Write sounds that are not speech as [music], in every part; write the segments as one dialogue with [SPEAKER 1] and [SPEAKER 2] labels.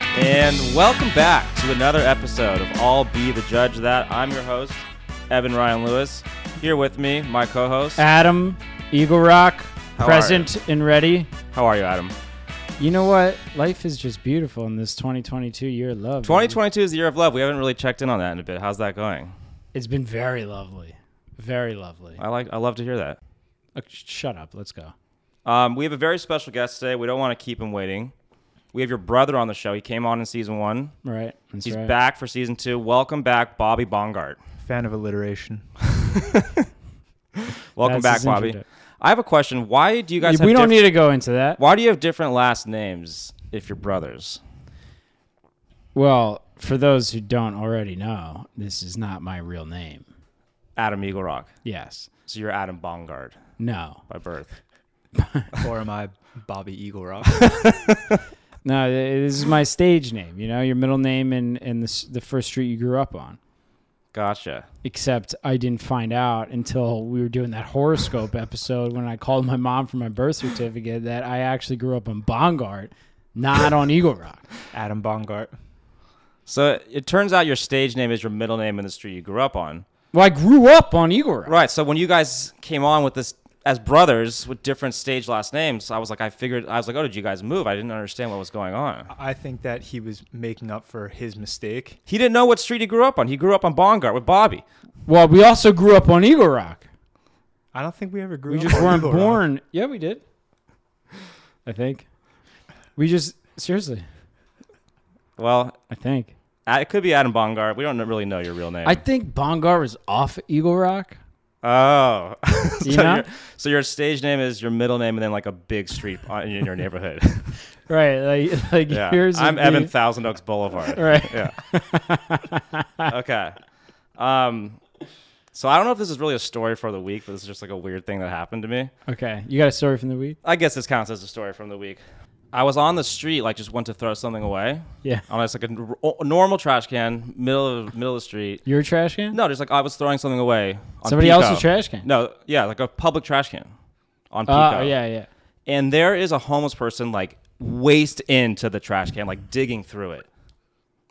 [SPEAKER 1] And welcome back to another episode of All Be the Judge of That. I'm your host, Evan Ryan Lewis. Here with me, my co host.
[SPEAKER 2] Adam, Eagle Rock,
[SPEAKER 1] How are
[SPEAKER 2] present and ready.
[SPEAKER 1] How are you, Adam?
[SPEAKER 2] You know what? Life is just beautiful in this 2022 year of love.
[SPEAKER 1] 2022 is the year of love. We haven't really checked in on that in a bit. How's that going?
[SPEAKER 2] It's been very lovely. Very lovely.
[SPEAKER 1] I like. I love to hear that.
[SPEAKER 2] Uh, sh- shut up. Let's go.
[SPEAKER 1] Um, we have a very special guest today. We don't want to keep him waiting. We have your brother on the show. He came on in season one.
[SPEAKER 2] All right. That's
[SPEAKER 1] He's
[SPEAKER 2] right.
[SPEAKER 1] back for season two. Welcome back, Bobby Bongart.
[SPEAKER 3] Fan of alliteration.
[SPEAKER 1] Welcome
[SPEAKER 2] That's
[SPEAKER 1] back,
[SPEAKER 2] his
[SPEAKER 1] Bobby.
[SPEAKER 2] introduction.
[SPEAKER 1] I have a question. Why do you guys? Have
[SPEAKER 2] we don't
[SPEAKER 1] diff-
[SPEAKER 2] need to go into that.
[SPEAKER 1] Why do you have different last names if you're brothers?
[SPEAKER 2] Well, for those who don't already know, this is not my real name.
[SPEAKER 1] Adam Eagle Rock.
[SPEAKER 2] Yes.
[SPEAKER 1] So you're Adam Bongard
[SPEAKER 2] No.
[SPEAKER 1] by birth.
[SPEAKER 3] [laughs] or am I Bobby Eagle Rock?
[SPEAKER 2] No, th- this is my stage name, you know, your middle name and, and the, s- the first street you grew up on.
[SPEAKER 1] Gotcha.
[SPEAKER 2] except I didn't find out until we were doing that horoscope episode when I called my mom for my birth certificate that I actually grew up on Bongart, not on Eagle Rock.
[SPEAKER 3] [laughs] Adam Bongart.
[SPEAKER 1] So it turns out your stage name is your middle name in the street you grew up on.
[SPEAKER 2] Well, I grew up on Eagle Rock.
[SPEAKER 1] Right. So when you guys came on with this as brothers with different stage last names, I was like, I figured, I was like, oh, did you guys move? I didn't understand what was going on.
[SPEAKER 3] I think that he was making up for his mistake.
[SPEAKER 1] He didn't know what street he grew up on. He grew up on Bongart with Bobby.
[SPEAKER 2] Well, we also grew up on Eagle Rock.
[SPEAKER 3] I don't think we ever grew
[SPEAKER 2] We
[SPEAKER 3] up
[SPEAKER 2] just
[SPEAKER 3] on
[SPEAKER 2] weren't
[SPEAKER 3] Eagle Rock.
[SPEAKER 2] born. Yeah, we did. I think. We just seriously,
[SPEAKER 1] Well,
[SPEAKER 2] I think.
[SPEAKER 1] I- it could be Adam Bongart. We don't really know your real name.
[SPEAKER 2] I think Bongart was off Eagle Rock.
[SPEAKER 1] oh. [laughs] so,
[SPEAKER 2] You know?
[SPEAKER 1] your, so your stage name is your middle name and then like a big street on- in your
[SPEAKER 2] [laughs]
[SPEAKER 1] neighborhood.
[SPEAKER 2] Right, like [laughs] like
[SPEAKER 1] yeah.
[SPEAKER 2] yours.
[SPEAKER 1] I'm
[SPEAKER 2] would
[SPEAKER 1] Evan
[SPEAKER 2] be-
[SPEAKER 1] Thousand Oaks
[SPEAKER 2] [laughs]
[SPEAKER 1] Boulevard.
[SPEAKER 2] Right.
[SPEAKER 1] Yeah. okay. Um, so I don't know if this is really a story for the week, but this is just like a weird thing that happened to me.
[SPEAKER 2] Okay, you got a story from the week?
[SPEAKER 1] I guess this counts as a story from the week. I was on the street, like just went to throw something away.
[SPEAKER 2] Yeah.
[SPEAKER 1] On just like a, n- r- normal trash can, middle of middle of the street.
[SPEAKER 2] Your trash can?
[SPEAKER 1] No, just like I was throwing something away. On
[SPEAKER 2] Somebody
[SPEAKER 1] Pico.
[SPEAKER 2] else's trash can?
[SPEAKER 1] No, yeah, like a public trash can on Pico.
[SPEAKER 2] Oh yeah, yeah.
[SPEAKER 1] And there is a homeless person like waist into the trash can, like digging through it.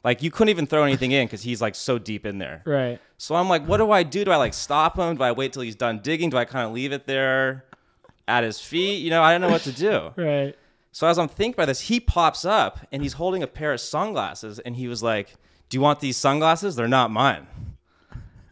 [SPEAKER 1] Like you couldn't even throw anything in because he's like so deep in there.
[SPEAKER 2] Right.
[SPEAKER 1] So I'm like, what do I do? Do I like stop him? Do I wait till he's done digging? Do I kind of leave it there at his feet? You know, I don't know what to do.
[SPEAKER 2] Right.
[SPEAKER 1] So as I'm thinking about this, he pops up and he's holding a pair of sunglasses and he was like, "Do you want these sunglasses? They're not mine."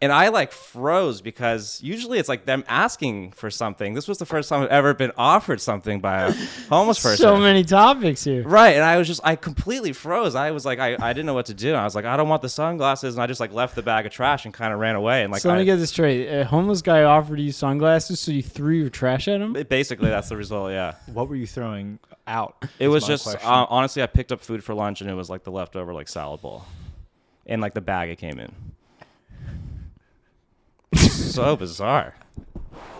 [SPEAKER 1] And I like froze because usually it's like them asking for something. This was the first time I've ever been offered something by
[SPEAKER 2] [laughs]
[SPEAKER 1] a homeless person.
[SPEAKER 2] So many topics here.
[SPEAKER 1] Right. And I was just, I completely froze. I was like, I, I didn't know what to do. I was like, I don't want the sunglasses. And I just like left the bag of trash and kind of ran away. And like,
[SPEAKER 2] so let
[SPEAKER 1] I-
[SPEAKER 2] me get this straight. A homeless guy offered you sunglasses, so you threw your trash at him? [laughs]
[SPEAKER 1] it- basically that's the result. Yeah.
[SPEAKER 3] What were you throwing out?
[SPEAKER 1] It
[SPEAKER 3] is
[SPEAKER 1] was
[SPEAKER 3] my
[SPEAKER 1] just,
[SPEAKER 3] question.
[SPEAKER 2] um,
[SPEAKER 1] uh, honestly, I picked up food for lunch and it was like the leftover like salad bowl and like the bag it came in. [laughs] so bizarre.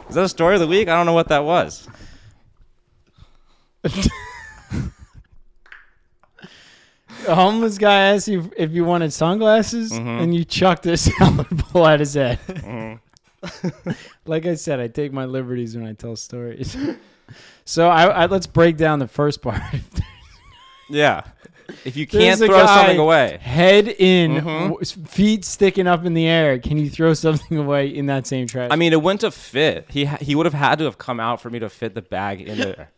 [SPEAKER 1] Is that a story of the week? I don't know what that was.
[SPEAKER 2] A homeless guy asked you if you wanted sunglasses,
[SPEAKER 1] Mm-hmm.
[SPEAKER 2] and you chucked a [laughs] salad bowl at his head.
[SPEAKER 1] Mm-hmm.
[SPEAKER 2] [laughs] like I said, I take my liberties when I tell stories. [laughs] So I, I let's break down the first part. [laughs]
[SPEAKER 1] Yeah. If you
[SPEAKER 2] There's
[SPEAKER 1] can't
[SPEAKER 2] a
[SPEAKER 1] throw something
[SPEAKER 2] guy-
[SPEAKER 1] away,
[SPEAKER 2] Head in,
[SPEAKER 1] Mhm.
[SPEAKER 2] w- s- feet sticking up in the air. Can you throw something [laughs] away in that same trash?
[SPEAKER 1] I mean, it wouldn't have fit. He ha- he would have had to have come out for me to fit the bag in there.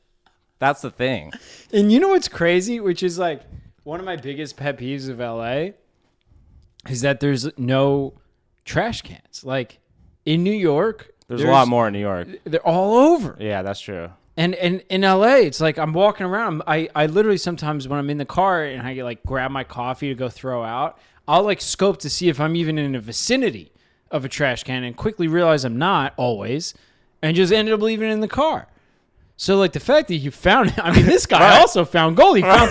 [SPEAKER 1] That's the thing.
[SPEAKER 2] And you know what's crazy, which is like one of my biggest pet peeves of LA is that there's no trash cans. Like in New York,
[SPEAKER 1] There's, a lot more in New York.
[SPEAKER 2] They're all over.
[SPEAKER 1] Yeah, that's true.
[SPEAKER 2] And and in LA, it's like I'm walking around. I I literally sometimes when I'm in the car and I get like grab my coffee to go throw out, I'll like scope to see if I'm even in the vicinity of a trash can and quickly realize I'm not always, and just ended up leaving it in the car. So like the fact that you found it, I mean, this
[SPEAKER 1] [laughs]
[SPEAKER 2] guy
[SPEAKER 1] Right.
[SPEAKER 2] also found gold. He found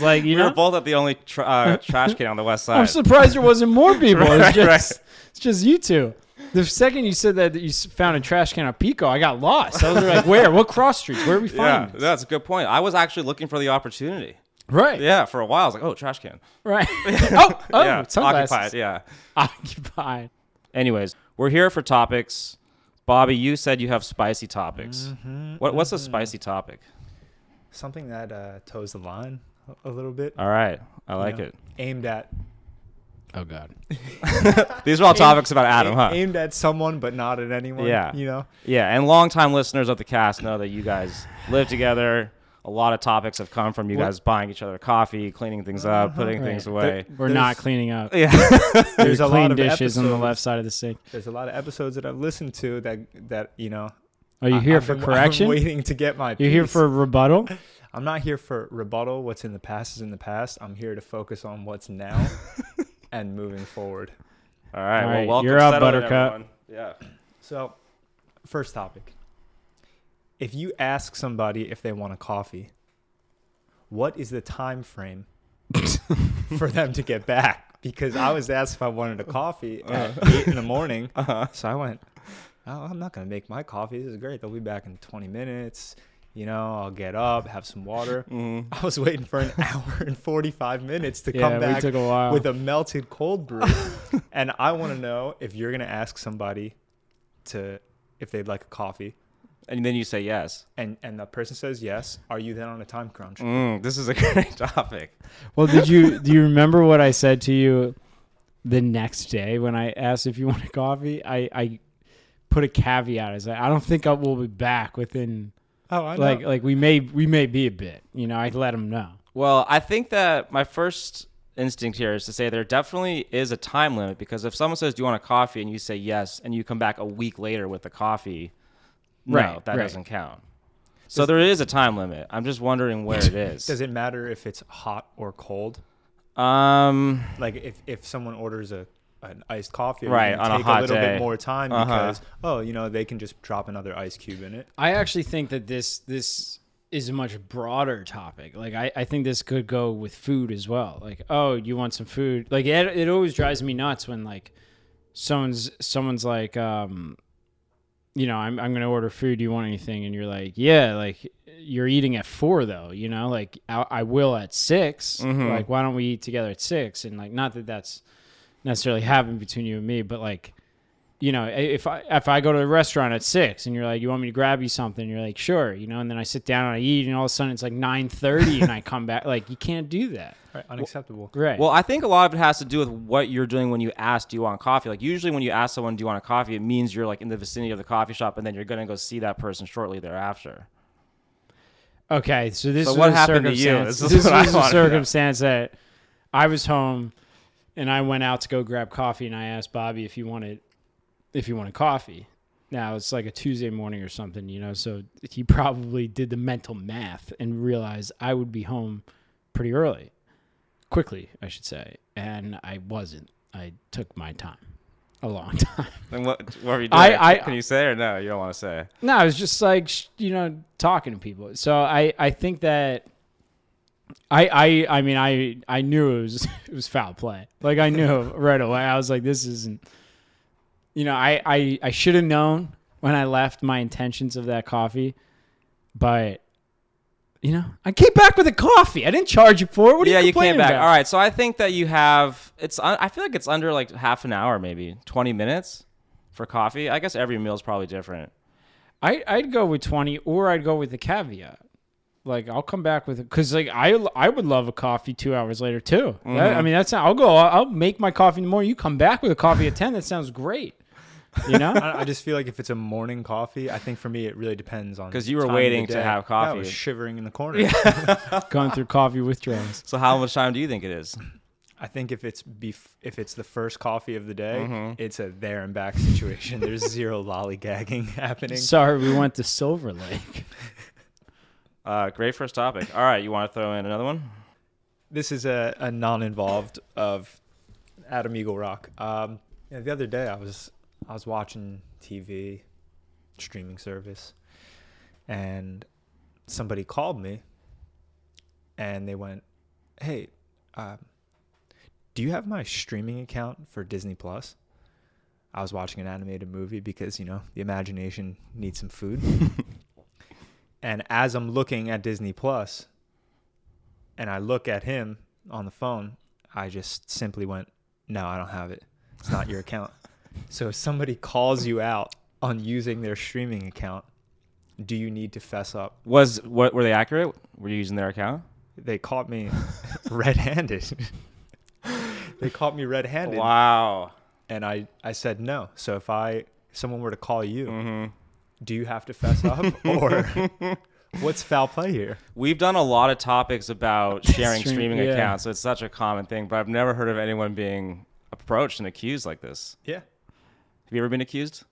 [SPEAKER 1] [laughs] Right.
[SPEAKER 2] Like you
[SPEAKER 1] we
[SPEAKER 2] know,
[SPEAKER 1] were both at the only tr uh, trash can on the west side.
[SPEAKER 2] [laughs] I'm surprised there wasn't
[SPEAKER 1] [laughs]
[SPEAKER 2] more people.
[SPEAKER 1] Right,
[SPEAKER 2] It's just,
[SPEAKER 1] right.
[SPEAKER 2] it's just you two. The second you said that, that you s- found a trash can at Pico, I got lost. I was like, where? What cross streets? Where are we
[SPEAKER 1] yeah,
[SPEAKER 2] finding? this?
[SPEAKER 1] that's a good point. I was actually looking for the opportunity.
[SPEAKER 2] Right.
[SPEAKER 1] Yeah, for a while, I was like, oh, trash can.
[SPEAKER 3] [laughs]
[SPEAKER 2] Right. [laughs] oh, oh,
[SPEAKER 1] yeah,
[SPEAKER 2] sunglasses.
[SPEAKER 1] occupied. Yeah.
[SPEAKER 2] Occupied.
[SPEAKER 1] Anyways, we're here for topics. Bobby, you said you have spicy
[SPEAKER 2] Mm-hmm,
[SPEAKER 1] topics. what, what's a spicy topic?
[SPEAKER 3] something that uh, toes the line. a- a little bit.
[SPEAKER 1] All right. I like
[SPEAKER 3] you know,
[SPEAKER 1] it.
[SPEAKER 3] Aimed at
[SPEAKER 2] Oh God.
[SPEAKER 1] These are all topics about Adam,
[SPEAKER 3] a-
[SPEAKER 1] huh?
[SPEAKER 3] aimed at someone, but not at anyone.
[SPEAKER 1] Yeah.
[SPEAKER 3] you know.
[SPEAKER 1] Yeah, and longtime listeners of the cast know that you guys live together. A lot of topics have come from you
[SPEAKER 3] What?
[SPEAKER 1] guys buying each other coffee, cleaning things up, putting things
[SPEAKER 2] Uh-huh. Right.
[SPEAKER 1] away.
[SPEAKER 2] We're
[SPEAKER 3] There's-
[SPEAKER 2] not cleaning up.
[SPEAKER 1] yeah.
[SPEAKER 2] There's
[SPEAKER 3] There's a
[SPEAKER 2] clean
[SPEAKER 3] lot of
[SPEAKER 2] dishes on the
[SPEAKER 3] episodes.
[SPEAKER 2] left side of the sink.
[SPEAKER 3] There's a lot of episodes that I've listened to that that you know.
[SPEAKER 2] Are you
[SPEAKER 3] I-
[SPEAKER 2] here
[SPEAKER 3] I've
[SPEAKER 2] for
[SPEAKER 3] been- [laughs] I've been
[SPEAKER 2] correction?
[SPEAKER 3] waiting to get my.
[SPEAKER 2] You're here
[SPEAKER 3] piece.
[SPEAKER 2] for rebuttal.
[SPEAKER 3] I'm not here for rebuttal. What's in the past is in the past. I'm here to focus on what's now and moving forward.
[SPEAKER 1] All right.
[SPEAKER 2] All
[SPEAKER 1] well,
[SPEAKER 2] right,
[SPEAKER 1] welcome.
[SPEAKER 2] you're up,
[SPEAKER 1] Settle in,
[SPEAKER 2] Buttercup.
[SPEAKER 1] everyone. Yeah.
[SPEAKER 3] So, first topic. If you ask somebody if they want a coffee, what is the
[SPEAKER 2] [laughs]
[SPEAKER 3] time frame for them to get back? Because I was asked if I wanted a coffee at
[SPEAKER 2] Uh-huh.
[SPEAKER 3] eight in
[SPEAKER 2] [laughs]
[SPEAKER 3] the morning, so I went. Oh, I'm not gonna make my coffee. This is great. They'll be back in 20 minutes. You know, I'll get up, have some water. I was waiting for an [laughs] hour and 45 minutes to
[SPEAKER 2] Mm-hmm. Yeah,
[SPEAKER 3] come
[SPEAKER 2] we
[SPEAKER 3] back
[SPEAKER 2] took a while.
[SPEAKER 1] Oh.
[SPEAKER 3] with a melted
[SPEAKER 1] [laughs]
[SPEAKER 3] cold brew. and I want to know if you're gonna ask somebody to if they'd like a coffee
[SPEAKER 1] And then you say yes.
[SPEAKER 3] and and the person says yes are you then on a time crunch
[SPEAKER 1] Mm, this is a [laughs] great topic.
[SPEAKER 2] [laughs] Well, did
[SPEAKER 3] [laughs]
[SPEAKER 2] you do you remember what I said to you the next day when I asked if you wanted coffee? I I put a caveat. I said I don't think I will be back within
[SPEAKER 3] oh i
[SPEAKER 2] like like we may we may be a bit. You know, I let them know.
[SPEAKER 1] Well, I think that my first instinct here is to say there definitely is a time limit because if someone says, Do you want a coffee? and you say yes, and you come back a week later with the coffee, no,
[SPEAKER 2] Right,
[SPEAKER 1] that
[SPEAKER 2] right.
[SPEAKER 1] doesn't count. So there is a time limit. I'm just wondering where
[SPEAKER 2] [laughs]
[SPEAKER 1] it is.
[SPEAKER 3] does it matter if it's hot or cold
[SPEAKER 1] Um,
[SPEAKER 3] like if if someone orders a an iced coffee
[SPEAKER 1] Right,
[SPEAKER 3] you
[SPEAKER 1] on a
[SPEAKER 3] take
[SPEAKER 1] hot
[SPEAKER 3] little
[SPEAKER 1] day.
[SPEAKER 3] bit more time
[SPEAKER 1] Uh-huh.
[SPEAKER 3] because oh you know they can just drop another ice cube in it
[SPEAKER 2] I actually think that this this is a much broader topic. Like I, I think this could go with food as well. Like, oh, you want some food? Like it, it always drives me nuts when like someone's someone's like, um, you know, I'm I'm gonna order food. Do you want anything? And you're like, yeah. Like you're eating at four though. You know, like I, I will at 6 Like why don't we eat together at six? And like not that that's necessarily happened between you and me, but like you know, i- if I if I go to the restaurant at six and you're like, you want me to grab you something, you're like, sure, you know, and then I sit down and I eat, and all of a sudden it's like nine thirty, and I come back, like you can't do that,
[SPEAKER 3] right unacceptable
[SPEAKER 2] right?
[SPEAKER 1] well, I think a lot of it has to do with what you're doing when you ask, Do you want coffee? Like, usually when you ask someone, Do you want a coffee? it means you're like in the vicinity of the coffee shop and then you're going to go see that person shortly thereafter.
[SPEAKER 2] okay, so this
[SPEAKER 1] So
[SPEAKER 2] was
[SPEAKER 1] what
[SPEAKER 2] a
[SPEAKER 1] happened to you?
[SPEAKER 2] circumstance.
[SPEAKER 1] This is
[SPEAKER 2] This,
[SPEAKER 1] what I
[SPEAKER 2] was a
[SPEAKER 1] wanted to know.
[SPEAKER 2] circumstance that I was home, and I went out to go grab coffee, and I asked Bobby if he wanted if he wanted coffee. Now it's like a Tuesday morning or something, you know, so he [laughs] probably did the mental math and realized I would be home pretty early. quickly, I should say, and I wasn't. I took my time, a long [laughs] time.
[SPEAKER 1] Then what, what are you doing?
[SPEAKER 2] I- I-
[SPEAKER 1] Can you say or no? You don't want to say.
[SPEAKER 2] no, I was just like sh- you know talking to people. So I I think that I I I mean I I knew it was [laughs] it was foul play. Like I
[SPEAKER 1] [laughs]
[SPEAKER 2] knew right away. I was like this isn't. You know I I I should have known when I left my intentions of that coffee, but. You know, I came back with a coffee. I didn't charge you for it. What are
[SPEAKER 1] yeah,
[SPEAKER 2] you
[SPEAKER 1] you
[SPEAKER 2] complaining
[SPEAKER 1] came back.
[SPEAKER 2] about?
[SPEAKER 1] All right, so I think that you have it's. un- I feel like it's under like half an hour, maybe twenty minutes for coffee. I guess every meal is probably different.
[SPEAKER 2] I I'd go with 20 or I'd go with the caveat. Like I'll come back with it cuz like I I would love a coffee 2 hours later too. That- I mean that's not, I'll go I'll, I'll make my coffee in the morning. You come back with a coffee at 10 that sounds great. You
[SPEAKER 3] [laughs]
[SPEAKER 2] know?
[SPEAKER 3] I, I just feel like if it's a morning coffee i think for me it really depends on
[SPEAKER 1] [laughs] 'Cause you were
[SPEAKER 3] time of the
[SPEAKER 1] waiting to
[SPEAKER 3] day.
[SPEAKER 1] have
[SPEAKER 3] Yeah, i was
[SPEAKER 1] coffee.
[SPEAKER 3] shivering in the corner
[SPEAKER 2] Going through coffee withdrawals.
[SPEAKER 1] So how much time do you think it is?
[SPEAKER 3] I think if it's bef- if it's the first coffee of the day, it's a there and back situation. There's zero lollygagging [laughs] happening.
[SPEAKER 2] Sorry, we went to Silver Lake. [laughs]
[SPEAKER 1] Uh, great first topic. All right, you want to throw in another one?
[SPEAKER 3] This is a, a non-involved of Adam Eagle Rock. Um, yeah, the other day I was I was watching TV, streaming service, and somebody called me, and they went, "Hey, um, do you have my streaming account for Disney Plus?" I was watching an animated movie because you know the imagination needs some food. and as I'm looking at Disney Plus, and I look at him on the phone, I just simply went, "No, I don't have it. It's not your account." so if somebody calls you out on using their streaming account, do you need to fess up?
[SPEAKER 1] Was what were they accurate? Were you using their account?
[SPEAKER 3] they caught me red-handed. they caught me red-handed,
[SPEAKER 1] Wow.
[SPEAKER 3] and I I said no. So if I if someone were to call you, do you have to fess up or what's foul play here?
[SPEAKER 1] We've done a lot of topics
[SPEAKER 2] [laughs]
[SPEAKER 1] about sharing
[SPEAKER 2] Stream-
[SPEAKER 1] streaming
[SPEAKER 2] yeah.
[SPEAKER 1] accounts. It's such a common thing, but I've never heard of anyone being approached and accused like this.
[SPEAKER 3] Yeah.
[SPEAKER 1] Have you ever been accused?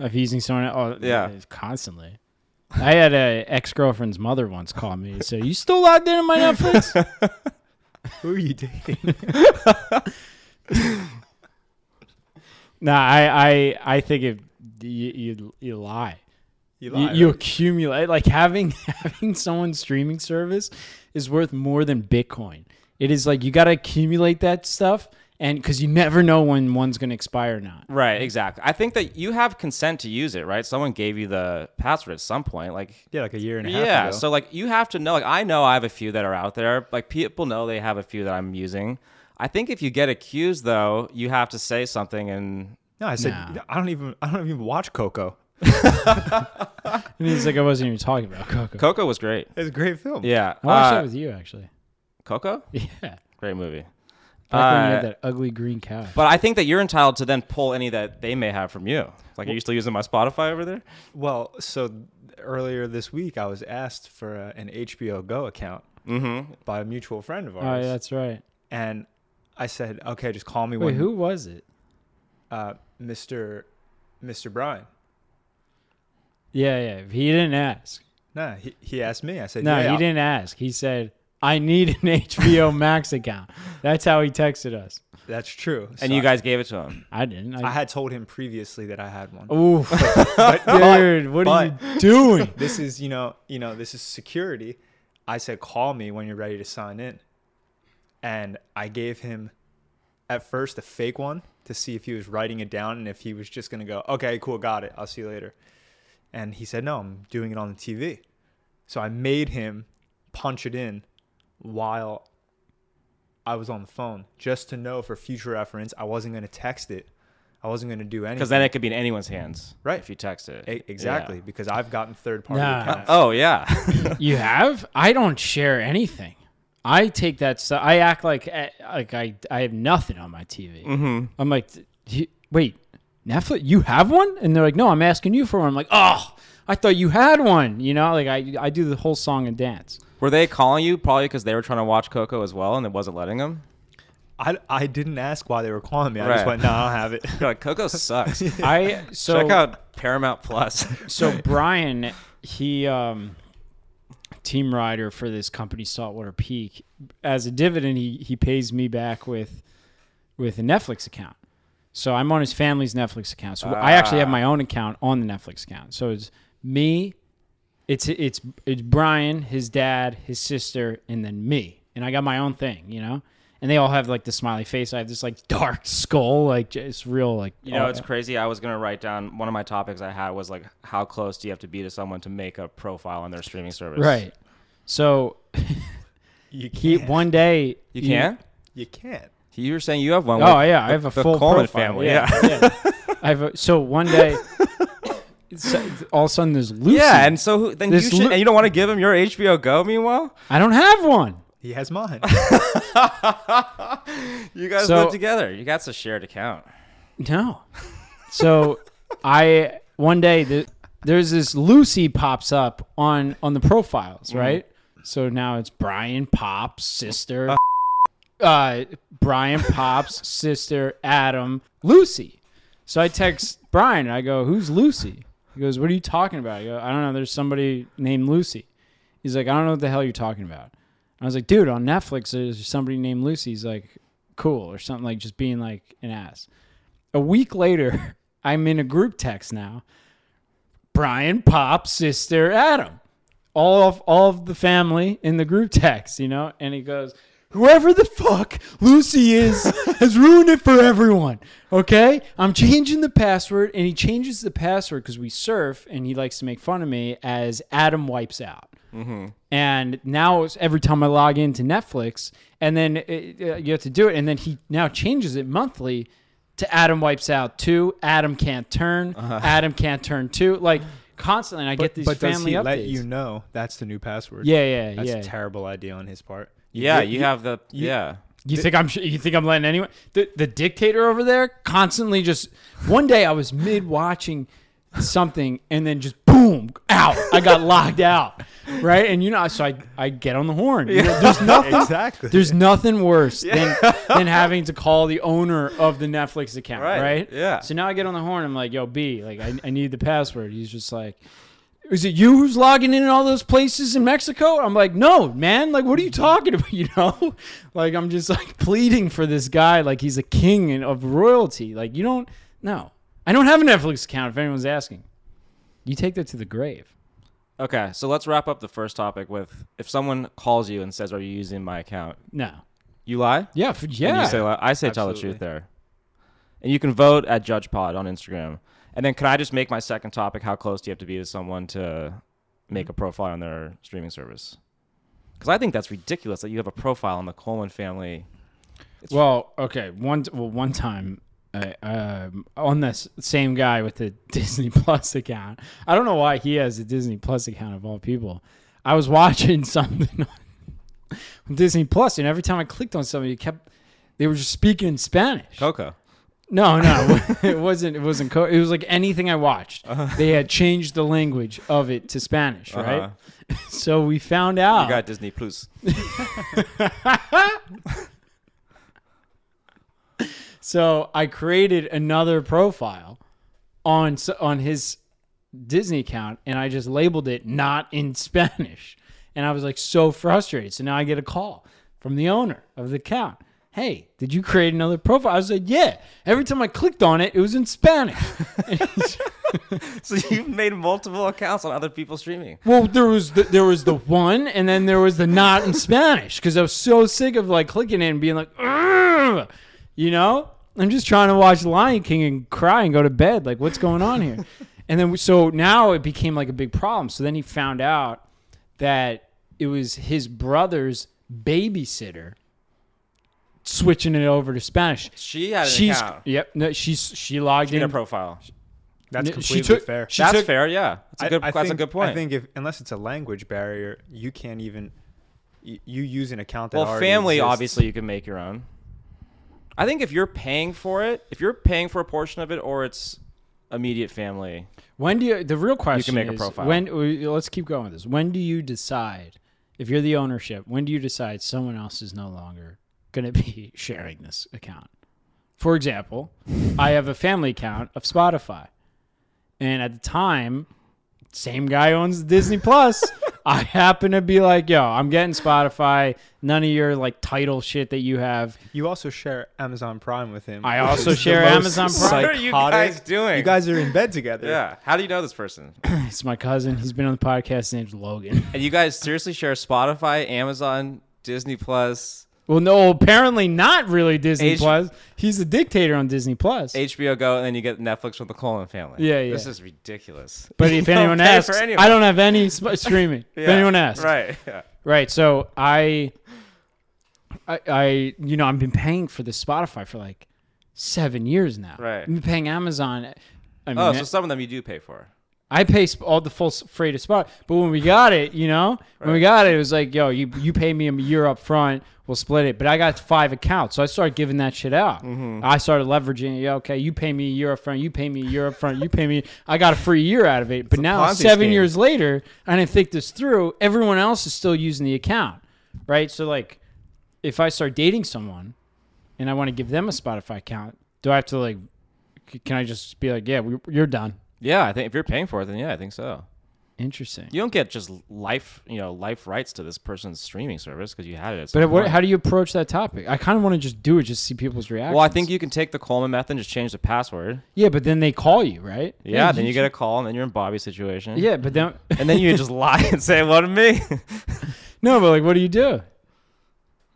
[SPEAKER 2] of using someone. Oh,
[SPEAKER 1] Yeah.
[SPEAKER 2] constantly. I had a ex girlfriend's mother once call me. So you still logged in on my Netflix?
[SPEAKER 3] Who are you dating?
[SPEAKER 2] nah, I, I, I think if you, you, you lie. You,
[SPEAKER 3] You lie.
[SPEAKER 2] you accumulate like having [laughs] having someone's streaming service is worth more than Bitcoin. It is like you got to accumulate that stuff, and because you never know when one's going to expire or not.
[SPEAKER 1] Right, exactly. I think that you have consent to use it, right? Someone gave you the password at some point. Like,
[SPEAKER 3] yeah, like a year and a half
[SPEAKER 1] yeah.
[SPEAKER 3] ago.
[SPEAKER 1] So, like, you have to know. Like, I know I have a few that are out there. Like, people know they have a few that I'm using. I think if you get accused, though, you have to say something and.
[SPEAKER 3] no, I said
[SPEAKER 2] Nah.
[SPEAKER 3] I don't even I don't even watch Coco.
[SPEAKER 2] And it's like I wasn't even talking about Coco.
[SPEAKER 1] Coco was great.
[SPEAKER 3] It's a great film.
[SPEAKER 1] Yeah.
[SPEAKER 2] I watched
[SPEAKER 1] Uh,
[SPEAKER 2] that with you actually. [laughs]
[SPEAKER 1] Coco?
[SPEAKER 2] Yeah,
[SPEAKER 1] Great movie.
[SPEAKER 2] back when you
[SPEAKER 1] Uh,
[SPEAKER 2] had that ugly green cow.
[SPEAKER 1] But I think that you're entitled to then pull any that they may have from you. Like, are you still using my Spotify over there?
[SPEAKER 3] Well, so th- earlier this week I was asked for uh, an HBO Go account by a mutual friend of
[SPEAKER 2] Mm-hmm. Oh,
[SPEAKER 3] ours,
[SPEAKER 2] yeah, that's right.
[SPEAKER 3] and I said, "Okay, just call me
[SPEAKER 2] Wait,
[SPEAKER 3] when
[SPEAKER 2] who was it?
[SPEAKER 3] Uh, Mr. Mr. Brian."
[SPEAKER 2] Yeah, yeah. He didn't ask.
[SPEAKER 3] Nah, he, he asked me. I said,
[SPEAKER 2] No,
[SPEAKER 3] "Yeah,
[SPEAKER 2] he
[SPEAKER 3] I'll-
[SPEAKER 2] didn't ask. He said, "I need an [laughs] HBO Max account." That's how he texted us.
[SPEAKER 3] That's true."
[SPEAKER 1] And
[SPEAKER 3] So
[SPEAKER 1] you
[SPEAKER 3] I-
[SPEAKER 1] guys gave it to him.
[SPEAKER 2] I didn't.
[SPEAKER 3] I
[SPEAKER 2] I,
[SPEAKER 3] had told him previously that I had one.
[SPEAKER 2] oof,
[SPEAKER 3] But, but
[SPEAKER 2] dude, what are you doing?
[SPEAKER 3] this is, you know, you know, this is security. I said, "Call me when you're ready to sign in," and I gave him at first a fake one to see if he was writing it down and if he was just gonna go, "Okay, cool, got it. I'll see you later." And he said, "No, I'm doing it on the TV." So I made him punch it in while I was on the phone, just to know for future reference. I wasn't gonna text it. I wasn't gonna do anything.
[SPEAKER 1] Because then it could be in anyone's hands.
[SPEAKER 3] Right.
[SPEAKER 1] If you text it.
[SPEAKER 3] E- exactly because I've gotten third party
[SPEAKER 2] Nah.
[SPEAKER 1] Yeah.
[SPEAKER 3] accounts.
[SPEAKER 1] Oh, yeah. [laughs]
[SPEAKER 2] You have? I don't share anything. I take that stuff. I act like eh, like I I have nothing on my TV. Mm-hmm. I'm like, "D- you- wait, Netflix, you have one? And they're like, no, I'm asking you for one. I'm like, oh, I thought you had one. You know, like I I do the whole song and dance.
[SPEAKER 1] were they calling you probably because they were trying to watch Coco as well and it wasn't letting them?
[SPEAKER 3] I, I didn't ask why they were calling me. I
[SPEAKER 1] Right.
[SPEAKER 3] just went, no, I don't have
[SPEAKER 1] [laughs]
[SPEAKER 3] it.
[SPEAKER 1] You're [laughs] like, Coco
[SPEAKER 2] [laughs]
[SPEAKER 1] sucks.
[SPEAKER 2] I so
[SPEAKER 1] Check out Paramount [laughs] Plus.
[SPEAKER 2] so Brian, he um team rider for this company Saltwater Peak. As a dividend, he he pays me back with with a Netflix account. So I'm on his family's Netflix account. So I actually have my own account on the Netflix account. So it's me, it's it's it's Brian, his dad, his sister, and then me. And I got my own thing, you know? And they all have like the smiley face. I have this like dark [laughs] skull, like just real like
[SPEAKER 1] You know,
[SPEAKER 2] all-
[SPEAKER 1] it's crazy. I was going to write down one of my topics I had was like, how close do you have to be to someone to make a profile on their streaming service?
[SPEAKER 2] Right. So
[SPEAKER 3] You
[SPEAKER 2] He
[SPEAKER 3] can't.
[SPEAKER 2] one day
[SPEAKER 1] You can't?
[SPEAKER 3] You can't.
[SPEAKER 1] You were saying you have one.
[SPEAKER 2] oh
[SPEAKER 1] with
[SPEAKER 2] yeah, I
[SPEAKER 1] the-
[SPEAKER 2] have a
[SPEAKER 1] the
[SPEAKER 2] full
[SPEAKER 1] Coleman
[SPEAKER 2] profile.
[SPEAKER 1] family.
[SPEAKER 2] Yeah, yeah. I have a, so one
[SPEAKER 1] [laughs]
[SPEAKER 2] day, so- all of a sudden there's Lucy.
[SPEAKER 1] Yeah, and so who, then you
[SPEAKER 2] This
[SPEAKER 1] should,
[SPEAKER 2] lo-
[SPEAKER 1] and you don't want to give him your HBO Go. Meanwhile,
[SPEAKER 2] I don't have one.
[SPEAKER 3] He
[SPEAKER 1] [laughs]
[SPEAKER 3] has mine.
[SPEAKER 1] you guys
[SPEAKER 2] So-
[SPEAKER 1] live together. You got a shared account.
[SPEAKER 2] No. So I one day the, there's this Lucy pops up on on the profiles, right? So now it's Brian Pop's sister, uh, Brian Pop's sister, Adam, Lucy. So I text Brian. I go, "Who's Lucy?" He goes, "What are you talking about?" I go, "I don't know. There's somebody named Lucy." He's like, "I don't know what the hell you're talking about." I was like, "Dude, on Netflix, there's somebody named Lucy." He's like, "Cool," or something like just being like an ass a week later, [laughs] I'm in a group text now. Brian, Pop, sister, Adam, all of all of the family in the group text, you know. And he goes, "Whoever the fuck Lucy
[SPEAKER 3] [laughs]
[SPEAKER 2] is has ruined it for everyone." Okay, I'm changing the password, and he changes the password because we surf, and he likes to make fun of me as Adam wipes out.
[SPEAKER 3] Mm-hmm.
[SPEAKER 2] And now it's every time I log into Netflix, and then it, uh, you have to do it, and then he now changes it monthly to Adam wipes out two, Adam can't turn, Adam can't turn two. Like constantly. And I get these
[SPEAKER 3] Uh-huh. but does
[SPEAKER 2] family
[SPEAKER 3] he
[SPEAKER 2] updates.
[SPEAKER 3] let you know that's the new password?
[SPEAKER 2] yeah, yeah,
[SPEAKER 3] that's
[SPEAKER 2] yeah.
[SPEAKER 3] a terrible idea on his part.
[SPEAKER 1] Yeah,
[SPEAKER 3] you-
[SPEAKER 1] you, have [laughs] the yeah.
[SPEAKER 2] You think I'm? sh- You think I'm letting anyone? The, the dictator over there constantly just. One day I was mid watching something and then just boom out. I got locked out, right? And you know, so I I get on the horn. You know, there's nothing.
[SPEAKER 3] [laughs] exactly.
[SPEAKER 2] There's nothing worse than than having to call the owner of the Netflix account, right?
[SPEAKER 1] Right, yeah.
[SPEAKER 2] So now I get on the horn. I'm like, "Yo, B, like I, I need the password." He's just like, "Is it you who's logging in in all those places in Mexico?" I'm like, "No, man. Like, what are you talking about? [laughs] You know, like I'm just like pleading for this guy, like he's a king and of royalty. Like you don't. No, I don't have a Netflix account. If anyone's asking, you take that to the grave.
[SPEAKER 1] Okay, so let's wrap up the first topic with if someone calls you and says, "Are you using my account?"
[SPEAKER 2] No.
[SPEAKER 1] You lie.
[SPEAKER 2] Yeah. For,
[SPEAKER 1] And
[SPEAKER 2] yeah.
[SPEAKER 1] you say li- I say tell the
[SPEAKER 3] Absolutely.
[SPEAKER 1] truth there. And you can vote at Judge Pod on Instagram. And then can I just make my second topic how close do you have to be to someone to make a profile on their streaming service? Cuz I think that's ridiculous that you have a profile on the Coleman family.
[SPEAKER 2] Well, okay. One well, one time I, um, on this same guy with the [laughs] Disney Plus account. I don't know why he has a Disney Plus account of all people. I was watching [laughs] something on Disney Plus, and every time I clicked on something, it kept they were just speaking in Spanish.
[SPEAKER 1] Coco.
[SPEAKER 2] No, no, [laughs] it wasn't. It wasn't. Co- it was like anything I watched.
[SPEAKER 1] Uh-huh.
[SPEAKER 2] They had changed the language of it to Spanish, right? [laughs] So we found out.
[SPEAKER 1] You got Disney Plus.
[SPEAKER 2] So I created another profile on s- on his Disney account, and I just labeled it not in [laughs] Spanish. And I was like so frustrated. So now I get a call from the owner of the account. Hey, did you create another profile? I said, yeah. Every time I clicked on it, it was in Spanish.
[SPEAKER 1] [laughs]
[SPEAKER 2] [laughs]
[SPEAKER 1] So you've made multiple accounts on other people's streaming.
[SPEAKER 2] well, there was the, there was the one, and then there was the not in Spanish because I was so sick of like clicking it and being like, "Ugh," you know, I'm just trying to watch Lion King and cry and go to bed. Like, what's going on here? [laughs] and then we- so now it became like a big problem. So then he found out that it was his brother's babysitter switching it over to Spanish.
[SPEAKER 1] She had an
[SPEAKER 2] She's
[SPEAKER 1] account.
[SPEAKER 2] yep, no, she's she logged
[SPEAKER 1] She
[SPEAKER 2] in.
[SPEAKER 1] made a profile.
[SPEAKER 3] That's
[SPEAKER 2] N- she
[SPEAKER 3] completely
[SPEAKER 2] took-
[SPEAKER 3] fair.
[SPEAKER 2] she-
[SPEAKER 1] That's
[SPEAKER 2] took-
[SPEAKER 1] fair, yeah. That's a
[SPEAKER 3] I-
[SPEAKER 1] good,
[SPEAKER 3] I
[SPEAKER 1] that's
[SPEAKER 3] think,
[SPEAKER 1] a good point.
[SPEAKER 3] I think if unless it's a language barrier, you can't even you, you use an account that
[SPEAKER 1] well
[SPEAKER 3] already
[SPEAKER 1] family
[SPEAKER 3] exists.
[SPEAKER 1] obviously you can make your own i think if you're paying for it if you're paying for a portion of it or it's immediate family
[SPEAKER 2] When do you? The real question
[SPEAKER 1] make a
[SPEAKER 2] is
[SPEAKER 1] profile.
[SPEAKER 2] when. w- Let's keep going with this. When do you decide if you're the ownership? When do you decide someone else is no longer going to [laughs] be sharing this account? For example, I have a family account of Spotify, and at the time, same guy owns
[SPEAKER 1] [laughs]
[SPEAKER 2] Disney Plus. I happen to be like, yo, I'm getting Spotify. None of your like title shit that you have.
[SPEAKER 3] You also share Amazon Prime with him.
[SPEAKER 2] I
[SPEAKER 3] which
[SPEAKER 2] also
[SPEAKER 3] is the
[SPEAKER 2] share
[SPEAKER 3] most
[SPEAKER 2] Amazon Prime.
[SPEAKER 1] What are you guys
[SPEAKER 3] psychotic-
[SPEAKER 1] doing?
[SPEAKER 3] You guys are in bed together.
[SPEAKER 1] yeah how do you know this person
[SPEAKER 2] It's my cousin. He's been on the podcast. His name's Logan.
[SPEAKER 1] [laughs] and you guys seriously share spotify amazon disney plus
[SPEAKER 2] Well, no, apparently not really Disney
[SPEAKER 1] H-
[SPEAKER 2] Plus. He's a dictator on Disney Plus.
[SPEAKER 1] hbo go and then you get netflix from the coleman family
[SPEAKER 2] Yeah, yeah.
[SPEAKER 1] this is ridiculous
[SPEAKER 2] but
[SPEAKER 1] [laughs]
[SPEAKER 2] if
[SPEAKER 1] You don't
[SPEAKER 2] anyone
[SPEAKER 1] pay for
[SPEAKER 2] asks,
[SPEAKER 1] anyone.
[SPEAKER 2] I don't have any sp- streaming. If
[SPEAKER 1] Yeah,
[SPEAKER 2] anyone asks,
[SPEAKER 1] right yeah.
[SPEAKER 2] right. So I, I, I, you know, I've been paying for the Spotify for like seven years now.
[SPEAKER 1] Right.
[SPEAKER 2] I've been paying Amazon. I mean,
[SPEAKER 1] oh so some of them you do pay for
[SPEAKER 2] I pay sp- all the full s- freight of spot. But when we got it, you know, when we got it, it was like, yo, you you pay me a year up front, we'll split it. But I got five accounts, so I started giving that shit out.
[SPEAKER 1] Mm-hmm.
[SPEAKER 2] I started leveraging. it. Yeah, okay, you pay me a year up front, you pay me a year up front, you pay me. I got a free year out of it. But now
[SPEAKER 1] Ponzi
[SPEAKER 2] seven
[SPEAKER 1] scheme.
[SPEAKER 2] years later, I didn't think this through. Everyone else is still using the account, right? So like, if I start dating someone, and I want to give them a Spotify account, do I have to like? c- Can I just be like, yeah, we, you're done?
[SPEAKER 1] yeah i think if you're paying for it then yeah i think so
[SPEAKER 2] Interesting.
[SPEAKER 1] you don't get just life you know life rights to this person's streaming service because you had it at some
[SPEAKER 2] But what,
[SPEAKER 1] point.
[SPEAKER 2] how do you approach that topic? I kind of want to just do it, just see people's reactions.
[SPEAKER 1] well i think you can take the coleman method and just change the password
[SPEAKER 2] yeah, but then they call you, right?
[SPEAKER 1] Yeah, then you get a call, and then you're in Bobby's situation.
[SPEAKER 2] yeah, but then [laughs]
[SPEAKER 1] and then you just lie and say it wasn't me.
[SPEAKER 2] no, but like, what do you do?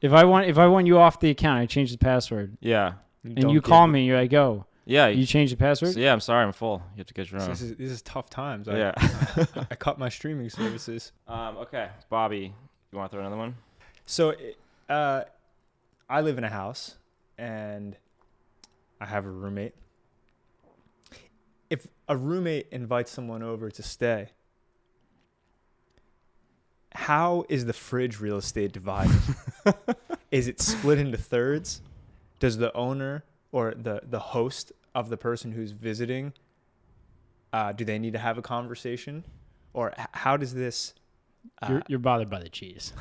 [SPEAKER 2] If I want, if I want you off the account, I change the password,
[SPEAKER 1] [laughs] yeah,
[SPEAKER 2] and
[SPEAKER 3] don't
[SPEAKER 2] you
[SPEAKER 3] give
[SPEAKER 2] call me, you're like, "Yo,
[SPEAKER 1] yeah,
[SPEAKER 2] you change the password."
[SPEAKER 1] so yeah. I'm sorry, I'm full. You have to get your own. [laughs]
[SPEAKER 3] This is this is tough times. I,
[SPEAKER 1] Yeah.
[SPEAKER 2] [laughs]
[SPEAKER 3] [laughs] I cut my streaming services.
[SPEAKER 1] um, okay, Bobby, you want to throw another one?
[SPEAKER 3] So, uh, I live in a house and I have a roommate. if a roommate invites someone over to stay, how is the fridge real estate divided? is it split into thirds? Does the owner or the the host of the person who's visiting uh, do they need to have a conversation, or h- how does this? Uh,
[SPEAKER 2] you're, you're bothered by the cheese.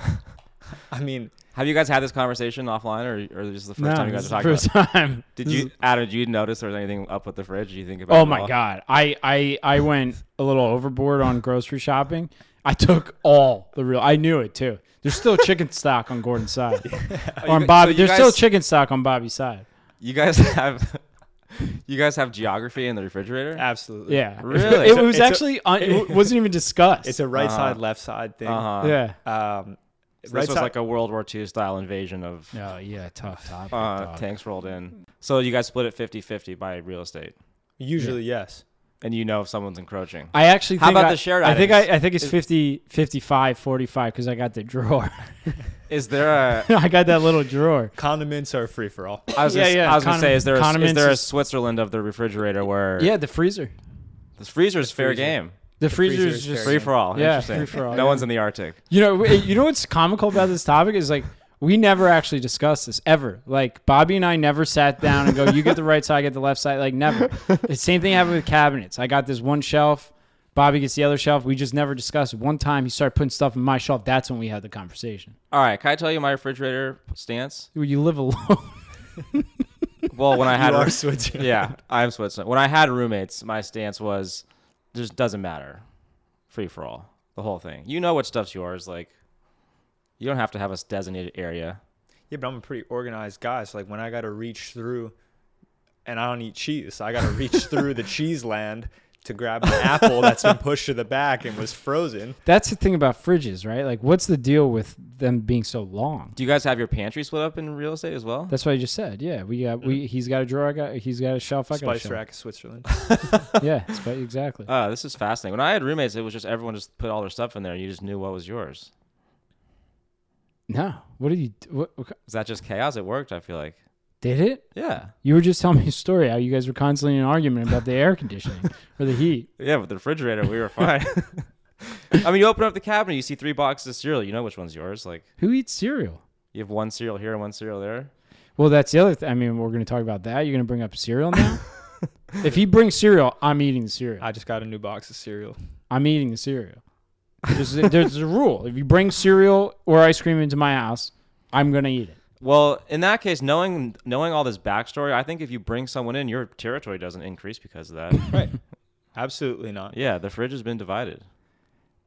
[SPEAKER 3] I mean,
[SPEAKER 1] Have you guys had this conversation offline, or, or is this the [laughs] first time you
[SPEAKER 2] this
[SPEAKER 1] guys
[SPEAKER 2] is
[SPEAKER 1] are
[SPEAKER 2] the
[SPEAKER 1] talking? About?
[SPEAKER 2] first
[SPEAKER 1] it? [laughs]
[SPEAKER 2] time.
[SPEAKER 1] Did
[SPEAKER 2] This
[SPEAKER 1] you,
[SPEAKER 2] is-
[SPEAKER 1] Adam? Did you notice there was anything up with the fridge? Did you think about? it
[SPEAKER 2] Oh
[SPEAKER 1] at
[SPEAKER 2] my
[SPEAKER 1] all?
[SPEAKER 2] god, I I I went a little overboard on grocery shopping. I took all the real. I knew it too. There's still chicken stock on
[SPEAKER 1] [laughs]
[SPEAKER 2] Gordon's side, or on
[SPEAKER 1] guys-
[SPEAKER 2] Bobby.
[SPEAKER 1] so Oh, you
[SPEAKER 2] There's still
[SPEAKER 1] guys-
[SPEAKER 2] chicken stock on Bobby's side.
[SPEAKER 1] You guys [laughs] have, you guys have geography in the refrigerator.
[SPEAKER 3] absolutely.
[SPEAKER 2] Yeah,
[SPEAKER 1] Really?
[SPEAKER 2] It,
[SPEAKER 1] It's
[SPEAKER 3] a-
[SPEAKER 2] was
[SPEAKER 3] it's a-
[SPEAKER 2] actually un, it wasn't even discussed.
[SPEAKER 3] It's a right
[SPEAKER 1] Uh-huh.
[SPEAKER 3] side, left side thing.
[SPEAKER 1] Uh-huh.
[SPEAKER 2] yeah.
[SPEAKER 3] Um,
[SPEAKER 1] So
[SPEAKER 3] right
[SPEAKER 1] this was
[SPEAKER 3] side-
[SPEAKER 1] like a World War II style invasion of
[SPEAKER 2] Oh yeah, tough topic.
[SPEAKER 1] uh, tanks rolled in. So you guys split it 50-50 by real estate,
[SPEAKER 3] usually yes.
[SPEAKER 1] and you know if someone's encroaching.
[SPEAKER 2] I actually
[SPEAKER 1] How
[SPEAKER 2] think
[SPEAKER 1] about
[SPEAKER 2] I,
[SPEAKER 1] the shared
[SPEAKER 2] I think
[SPEAKER 1] items?
[SPEAKER 2] I, I think it's 50, 55, 45 because I got the drawer. [laughs]
[SPEAKER 1] Is there a?
[SPEAKER 2] I got that little drawer.
[SPEAKER 3] Condiments are free for all.
[SPEAKER 1] I was
[SPEAKER 2] [laughs] Yeah,
[SPEAKER 1] gonna,
[SPEAKER 2] yeah,
[SPEAKER 1] I was gonna
[SPEAKER 2] condom-
[SPEAKER 1] say, is there a, is
[SPEAKER 2] condiments
[SPEAKER 1] there a
[SPEAKER 2] is-
[SPEAKER 1] Switzerland of the refrigerator where
[SPEAKER 2] Yeah, the freezer.
[SPEAKER 1] the freezer is fair
[SPEAKER 3] freezer.
[SPEAKER 1] game,
[SPEAKER 2] The, freezer,
[SPEAKER 3] freezer
[SPEAKER 2] is
[SPEAKER 3] is
[SPEAKER 2] just
[SPEAKER 3] fair
[SPEAKER 1] free for all?
[SPEAKER 2] Yeah,
[SPEAKER 1] Interesting.
[SPEAKER 2] free for all,
[SPEAKER 1] No
[SPEAKER 2] yeah.
[SPEAKER 1] one's in the Arctic.
[SPEAKER 2] You know, w- you know what's comical about this topic is like we never actually discussed this ever. Like Bobby and I never sat down and go, "You get the right side, I get the left side." Like never. The same thing happened with cabinets. I got this one shelf, Bobby gets the other shelf. We just never discussed it. One time he started putting stuff in my shelf. That's when we had the conversation.
[SPEAKER 1] All right, can I tell you my refrigerator stance?
[SPEAKER 2] Dude, You live alone. [laughs]
[SPEAKER 1] Well, when I had
[SPEAKER 3] you
[SPEAKER 1] a-
[SPEAKER 3] are [laughs] Switzerland.
[SPEAKER 1] yeah, I'm Switzerland. When I had roommates, my stance was just doesn't matter, free for all, the whole thing. You know what stuff's yours. Like, you don't have to have a s- designated area.
[SPEAKER 3] Yeah, but I'm a pretty organized guy. So like when I gotta reach through, and I don't eat cheese, so I gotta reach through the cheese land to grab an apple that's been pushed to the back and was frozen.
[SPEAKER 2] That's the thing about fridges, right? Like, what's the deal with them being so long?
[SPEAKER 1] Do you guys have your pantry split up in real estate as well?
[SPEAKER 2] That's what I just said. Yeah, we got we. He's got a drawer. I got. He's got a shelf. I got
[SPEAKER 3] Spice
[SPEAKER 2] a shelf.
[SPEAKER 3] rack of Switzerland.
[SPEAKER 2] Yeah, spi- exactly.
[SPEAKER 1] Uh, this is fascinating. When I had roommates, it was just everyone just put all their stuff in there. You just knew what was yours.
[SPEAKER 2] no, what did you? d- What, what,
[SPEAKER 1] Is that just chaos? It worked. I feel like.
[SPEAKER 2] did it?
[SPEAKER 1] Yeah.
[SPEAKER 2] You were just telling me a story how you guys were constantly in an argument about the air conditioning or the heat.
[SPEAKER 1] Yeah, with the refrigerator, we were fine. [laughs] I mean, you open up the cabinet, you see three boxes of cereal. You know which one's yours. Like,
[SPEAKER 2] [laughs] Who eats cereal?
[SPEAKER 1] you have one cereal here and one cereal there.
[SPEAKER 2] Well, that's the other thing. I mean, we're going to talk about that. You're going to bring up cereal [laughs] now? if he brings cereal, I'm eating the cereal.
[SPEAKER 3] I just got a new box of cereal.
[SPEAKER 2] I'm eating the cereal. There's a, there's a rule. If you bring cereal or ice cream into my house, I'm going to eat it.
[SPEAKER 1] Well, in that case, knowing knowing all this backstory, I think if you bring someone in, your territory doesn't increase because of that.
[SPEAKER 3] Right. Absolutely not.
[SPEAKER 1] yeah, the fridge has been divided.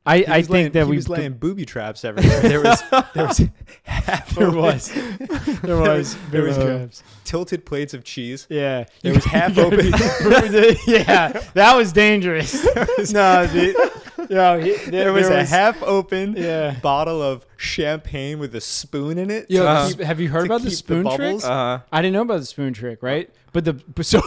[SPEAKER 2] I,
[SPEAKER 3] He
[SPEAKER 2] I
[SPEAKER 3] was
[SPEAKER 2] think
[SPEAKER 3] laying,
[SPEAKER 2] that
[SPEAKER 3] he
[SPEAKER 2] we
[SPEAKER 3] was laying booby traps everywhere. There was there was [laughs] half
[SPEAKER 2] [laughs] there [laughs]
[SPEAKER 3] of it-
[SPEAKER 2] was there was
[SPEAKER 3] there was
[SPEAKER 2] uh,
[SPEAKER 3] grabs. tilted plates
[SPEAKER 2] [laughs]
[SPEAKER 3] of cheese.
[SPEAKER 2] Yeah,
[SPEAKER 3] There was
[SPEAKER 2] [laughs]
[SPEAKER 3] half open.
[SPEAKER 2] yeah, that was dangerous. no, the, [laughs] no, he- there,
[SPEAKER 3] There was
[SPEAKER 2] there
[SPEAKER 3] a half open
[SPEAKER 2] Yeah.
[SPEAKER 3] bottle of champagne with a spoon in it.
[SPEAKER 2] Yo,
[SPEAKER 3] to
[SPEAKER 1] Uh,
[SPEAKER 2] the sp- have you heard
[SPEAKER 3] Uh-huh. to
[SPEAKER 2] about the
[SPEAKER 3] keep the
[SPEAKER 2] spoon trick?
[SPEAKER 3] bubbles?
[SPEAKER 1] Uh,
[SPEAKER 2] I didn't know about the spoon trick, right? But the [laughs] but so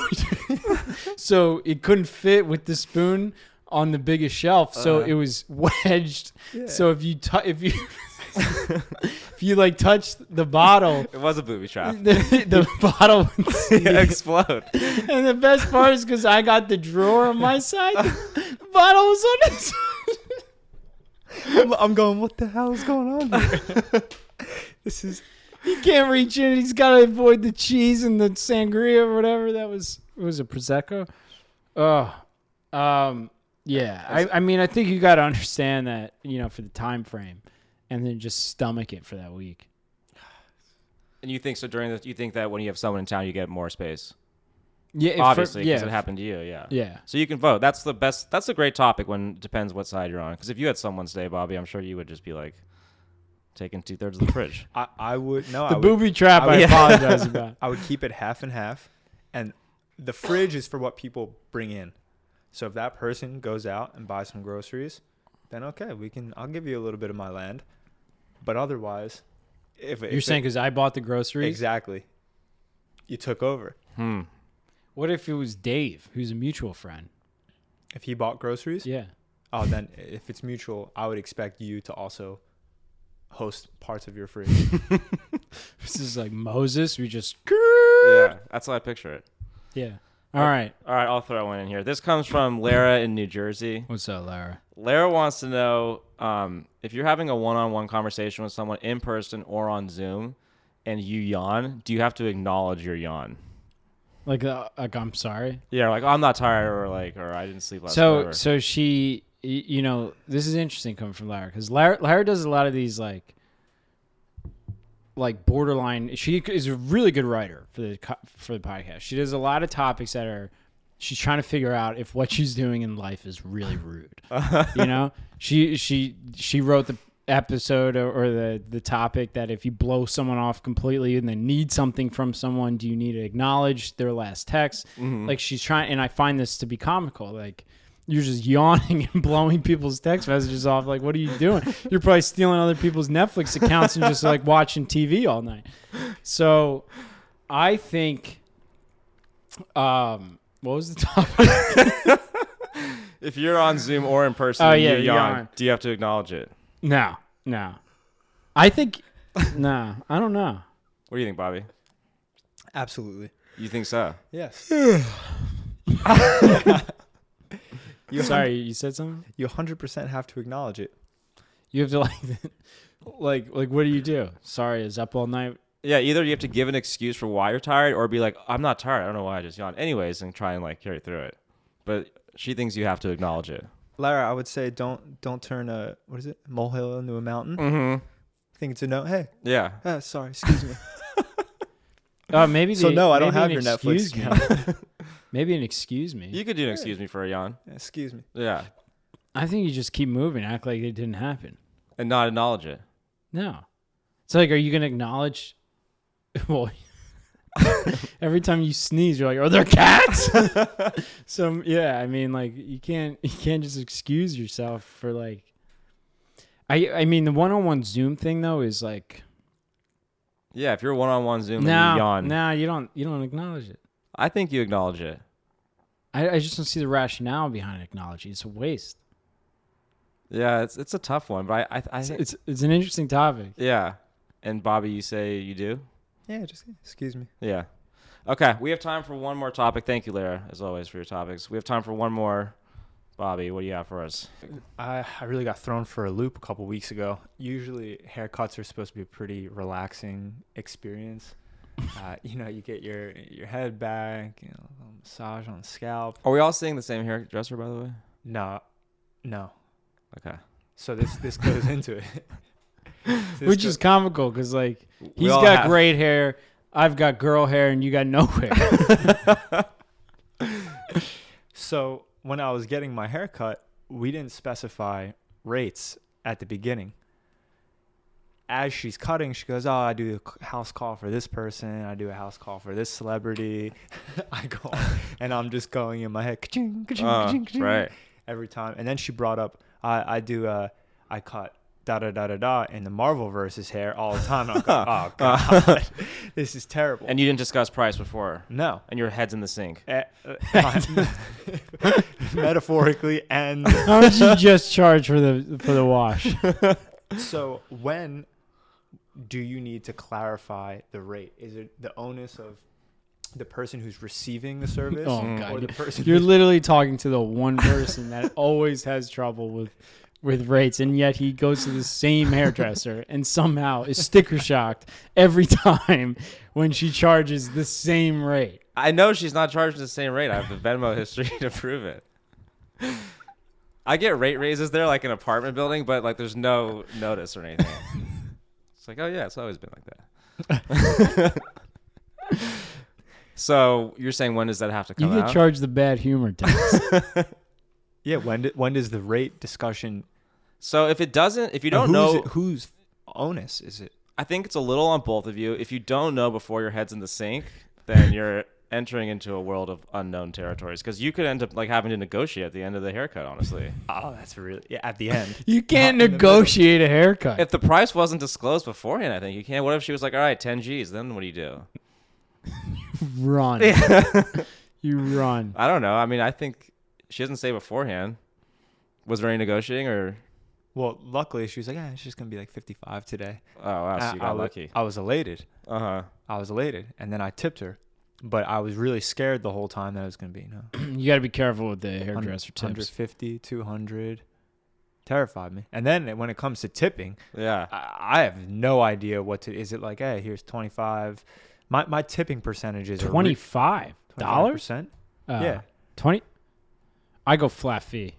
[SPEAKER 2] so it couldn't fit with the spoon on the biggest shelf, so
[SPEAKER 3] Uh-huh.
[SPEAKER 1] Uh.
[SPEAKER 2] it was [laughs] wedged. So if you tou if you [laughs] if you like touched the bottle,
[SPEAKER 1] it was a booby
[SPEAKER 2] [laughs]
[SPEAKER 1] trap. [laughs]
[SPEAKER 2] the,
[SPEAKER 3] [laughs]
[SPEAKER 2] the bottle would sneak.
[SPEAKER 1] explode.
[SPEAKER 2] And the best part is because I got the drawer on my side, the
[SPEAKER 3] [laughs]
[SPEAKER 2] bottle was on his. side. [laughs]
[SPEAKER 3] I'm, I'm going. What the hell is going on? Here?
[SPEAKER 2] [laughs]
[SPEAKER 3] this is
[SPEAKER 2] he can't reach in. He's got to avoid the cheese and the sangria or whatever that was. It was a prosecco. Oh, um, yeah. I, I mean, I think you got to understand that you know for the time frame, and then just stomach it for that week.
[SPEAKER 1] And you think so during the you think that when you have someone in town, you get more space.
[SPEAKER 2] Yeah, it fir-
[SPEAKER 1] Obviously, because
[SPEAKER 2] yeah,
[SPEAKER 1] it happened to you. Yeah.
[SPEAKER 2] Yeah.
[SPEAKER 1] So you can vote. That's the best. That's a great topic. When it depends what side you're on. Because if you had someone stay, Bobby, I'm sure you would just be like taking two thirds of the [laughs] fridge.
[SPEAKER 3] I, I would no. I
[SPEAKER 2] The
[SPEAKER 3] would,
[SPEAKER 2] booby trap.
[SPEAKER 3] I
[SPEAKER 2] I,
[SPEAKER 3] would- [laughs]
[SPEAKER 2] apologize about.
[SPEAKER 3] I would keep it half and half, and the fridge is for what people bring in. So if that person goes out and buys some groceries, then okay, we can. I'll give you a little bit of my land, but otherwise, if if
[SPEAKER 2] You're
[SPEAKER 3] it-
[SPEAKER 2] saying because I bought the groceries.
[SPEAKER 3] exactly, you took over.
[SPEAKER 1] Hmm.
[SPEAKER 2] What if it was Dave, who's a mutual friend?
[SPEAKER 3] If he bought groceries, [laughs]
[SPEAKER 2] Yeah.
[SPEAKER 3] oh, then if it's mutual, I would expect you to also host parts of your fridge.
[SPEAKER 2] This is like Moses. We just
[SPEAKER 1] Yeah. That's how I picture it.
[SPEAKER 2] yeah. All right.
[SPEAKER 1] All right, I'll throw one in here. This comes from Lara in New Jersey.
[SPEAKER 2] What's up, Lara?
[SPEAKER 1] Lara wants to know um, if you're having a one-on-one conversation with someone in person or on Zoom, and you yawn, do you have to acknowledge your yawn?
[SPEAKER 2] Like, uh, like I'm sorry.
[SPEAKER 1] Yeah, like I'm not tired, or like, or I didn't sleep last.
[SPEAKER 2] so,
[SPEAKER 1] whatever.
[SPEAKER 2] so she, y- you know, this is interesting coming from Lara because Lara, Lara does a lot of these like, like borderline. She is a really good writer for the co- for the podcast. She does a lot of topics that are. She's trying to figure out if what she's doing in life is really rude. [laughs] you know, she she she wrote the episode or, or the the topic that if you blow someone off completely and then need something from someone, do you need to acknowledge their last text? Like she's trying, and I find this to be comical. Like you're just yawning [laughs] and blowing people's text messages off. Like what are you doing? You're probably stealing other people's Netflix accounts and just like watching TV all night. So I think. Um, what was the [laughs] topic?
[SPEAKER 1] if you're on Zoom or in person,
[SPEAKER 2] Oh,
[SPEAKER 1] and
[SPEAKER 2] yeah,
[SPEAKER 1] you
[SPEAKER 2] you
[SPEAKER 1] yawn,
[SPEAKER 2] yawn.
[SPEAKER 1] Do you have to acknowledge it?
[SPEAKER 2] No, no. I think [laughs] no. I don't know.
[SPEAKER 1] What do you think, Bobby?
[SPEAKER 3] Absolutely.
[SPEAKER 1] You think so?
[SPEAKER 3] Yes.
[SPEAKER 2] Sorry, you said something.
[SPEAKER 3] You 100% have to acknowledge it.
[SPEAKER 2] You have to like, [laughs] like, like. What do you do? Sorry, is up all night.
[SPEAKER 1] Yeah, either you have to give an excuse for why you're tired, or be like, I'm not tired. I don't know why I just yawned. Anyways, and try and like carry through it. But she thinks you have to acknowledge it.
[SPEAKER 3] Lara, I would say don't don't turn a what is it molehill into a mountain.
[SPEAKER 1] Mm-hmm.
[SPEAKER 3] I think it's a no. Hey,
[SPEAKER 1] Yeah.
[SPEAKER 3] uh, sorry, excuse me.
[SPEAKER 2] Uh, maybe
[SPEAKER 3] so
[SPEAKER 2] the-
[SPEAKER 3] no, I don't
[SPEAKER 2] maybe
[SPEAKER 3] have
[SPEAKER 2] an
[SPEAKER 3] your Netflix.
[SPEAKER 2] excuse
[SPEAKER 3] account.
[SPEAKER 2] Me. [laughs] maybe an excuse me.
[SPEAKER 1] You could do an excuse me for a yawn.
[SPEAKER 3] excuse me.
[SPEAKER 1] Yeah.
[SPEAKER 2] I think you just keep moving, act like it didn't happen.
[SPEAKER 1] And not acknowledge it.
[SPEAKER 2] No, it's like, are you gonna acknowledge? [laughs] Well, [laughs] every time you sneeze, you're like, are there cats? [laughs] so yeah, I mean, like you can't you can't just excuse yourself for like. I I mean the one on one Zoom thing though is like
[SPEAKER 1] Yeah, if you're one on one Zoom and
[SPEAKER 2] no
[SPEAKER 1] you yawn,
[SPEAKER 2] no you don't you don't acknowledge it.
[SPEAKER 1] I think you acknowledge it.
[SPEAKER 2] I, I just don't see the rationale behind acknowledging. It's a waste.
[SPEAKER 1] Yeah, it's it's a tough one, but I I, I think
[SPEAKER 2] It's it's an interesting topic.
[SPEAKER 1] yeah. And Bobby, you say you do?
[SPEAKER 3] Yeah, just excuse me.
[SPEAKER 1] Yeah. Okay, we have time for one more topic. Thank you, Lara, as always, for your topics. We have time for one more. Bobby, what do you got for us?
[SPEAKER 3] I, I really got thrown for a loop a couple weeks ago. Usually, haircuts are supposed to be a pretty relaxing [laughs] experience. Uh, you know, you get your your head back, you know, a little massage on the scalp.
[SPEAKER 1] Are we all seeing the same hairdresser, by the way?
[SPEAKER 3] No, no.
[SPEAKER 1] Okay.
[SPEAKER 3] So this this goes into it. [laughs] This
[SPEAKER 2] Which
[SPEAKER 3] go-
[SPEAKER 2] is comical because like he's
[SPEAKER 1] all
[SPEAKER 2] got
[SPEAKER 1] have-
[SPEAKER 2] great hair, I've got girl hair, and you got no hair.
[SPEAKER 3] [laughs] so when I was getting my haircut, we didn't specify rates at the beginning. As she's cutting, she goes, "Oh, I do a c- house call for this person. I do a house call for this celebrity." [laughs] I go, on, and I'm just going in my head, ka-ching, ka-ching,
[SPEAKER 1] Uh,
[SPEAKER 3] ka-ching, ka-ching,
[SPEAKER 1] right.
[SPEAKER 3] every time. And then she brought up, "I I do uh, I cut." Da da da da da in the Marvel versus hair all the time. And I'm going, oh god, [laughs] this is terrible.
[SPEAKER 1] And you didn't discuss price before,
[SPEAKER 3] no,
[SPEAKER 1] and your head's in the sink.
[SPEAKER 3] Eh, uh, [laughs] metaphorically and
[SPEAKER 2] How much you just charge for the for the wash?
[SPEAKER 3] so when do you need to clarify the rate is it the onus of the person who's receiving the service
[SPEAKER 2] Oh
[SPEAKER 3] or the
[SPEAKER 2] god,
[SPEAKER 3] person
[SPEAKER 2] you're
[SPEAKER 3] who's-
[SPEAKER 2] literally talking to the one person that always has trouble with with rates, and yet he goes to the same hairdresser and somehow is sticker shocked every time when she charges the same rate.
[SPEAKER 1] I know she's not charging the same rate. I have the
[SPEAKER 2] [laughs]
[SPEAKER 1] Venmo history to prove it. I get rate raises there, like in apartment building, but like there's no notice or
[SPEAKER 2] [laughs]
[SPEAKER 1] anything. it's like, oh yeah, it's always been like that.
[SPEAKER 2] [laughs]
[SPEAKER 1] so you're saying when does that have to
[SPEAKER 2] You
[SPEAKER 1] come
[SPEAKER 2] get
[SPEAKER 1] out?
[SPEAKER 2] charged the bad humor tax.
[SPEAKER 3] yeah when do, when does the rate discussion
[SPEAKER 1] so if it doesn't, if you don't
[SPEAKER 3] who's
[SPEAKER 1] know,
[SPEAKER 3] it- whose onus is it
[SPEAKER 1] I think it's a little on both of you. If you don't know before your head's in the sink, then you're entering into a world of unknown territories because you could end up like having to negotiate at the end of the haircut. Honestly,
[SPEAKER 3] oh that's really yeah, [laughs] at the end
[SPEAKER 2] you can't
[SPEAKER 3] Not in the middle.
[SPEAKER 2] negotiate a haircut.
[SPEAKER 1] if the price wasn't disclosed beforehand, I think you can. What if she was like, "All right, ten G's"? Then what do you do?
[SPEAKER 2] run. [laughs] you run.
[SPEAKER 1] I don't know. I mean, I think she doesn't say beforehand. Was there any negotiating or?
[SPEAKER 3] well luckily she was like yeah it's just gonna be like 55 today
[SPEAKER 1] Oh wow, so
[SPEAKER 3] I-
[SPEAKER 1] you
[SPEAKER 3] I
[SPEAKER 1] got
[SPEAKER 3] wa-
[SPEAKER 1] lucky.
[SPEAKER 3] i was elated
[SPEAKER 1] Uh huh.
[SPEAKER 3] i was elated and then i tipped her but I was really scared the whole time that it was going to be, you know,
[SPEAKER 2] You got to be careful with the hairdresser tips.
[SPEAKER 3] 150, 200. Terrified me. And then when it comes to tipping,
[SPEAKER 1] Yeah.
[SPEAKER 3] I I have no idea what to. Is it like, hey, here's 25? My, my tipping percentages are
[SPEAKER 2] Twenty five dollars.
[SPEAKER 3] percent.
[SPEAKER 2] Uh,
[SPEAKER 3] yeah.
[SPEAKER 2] twenty. I go flat fee.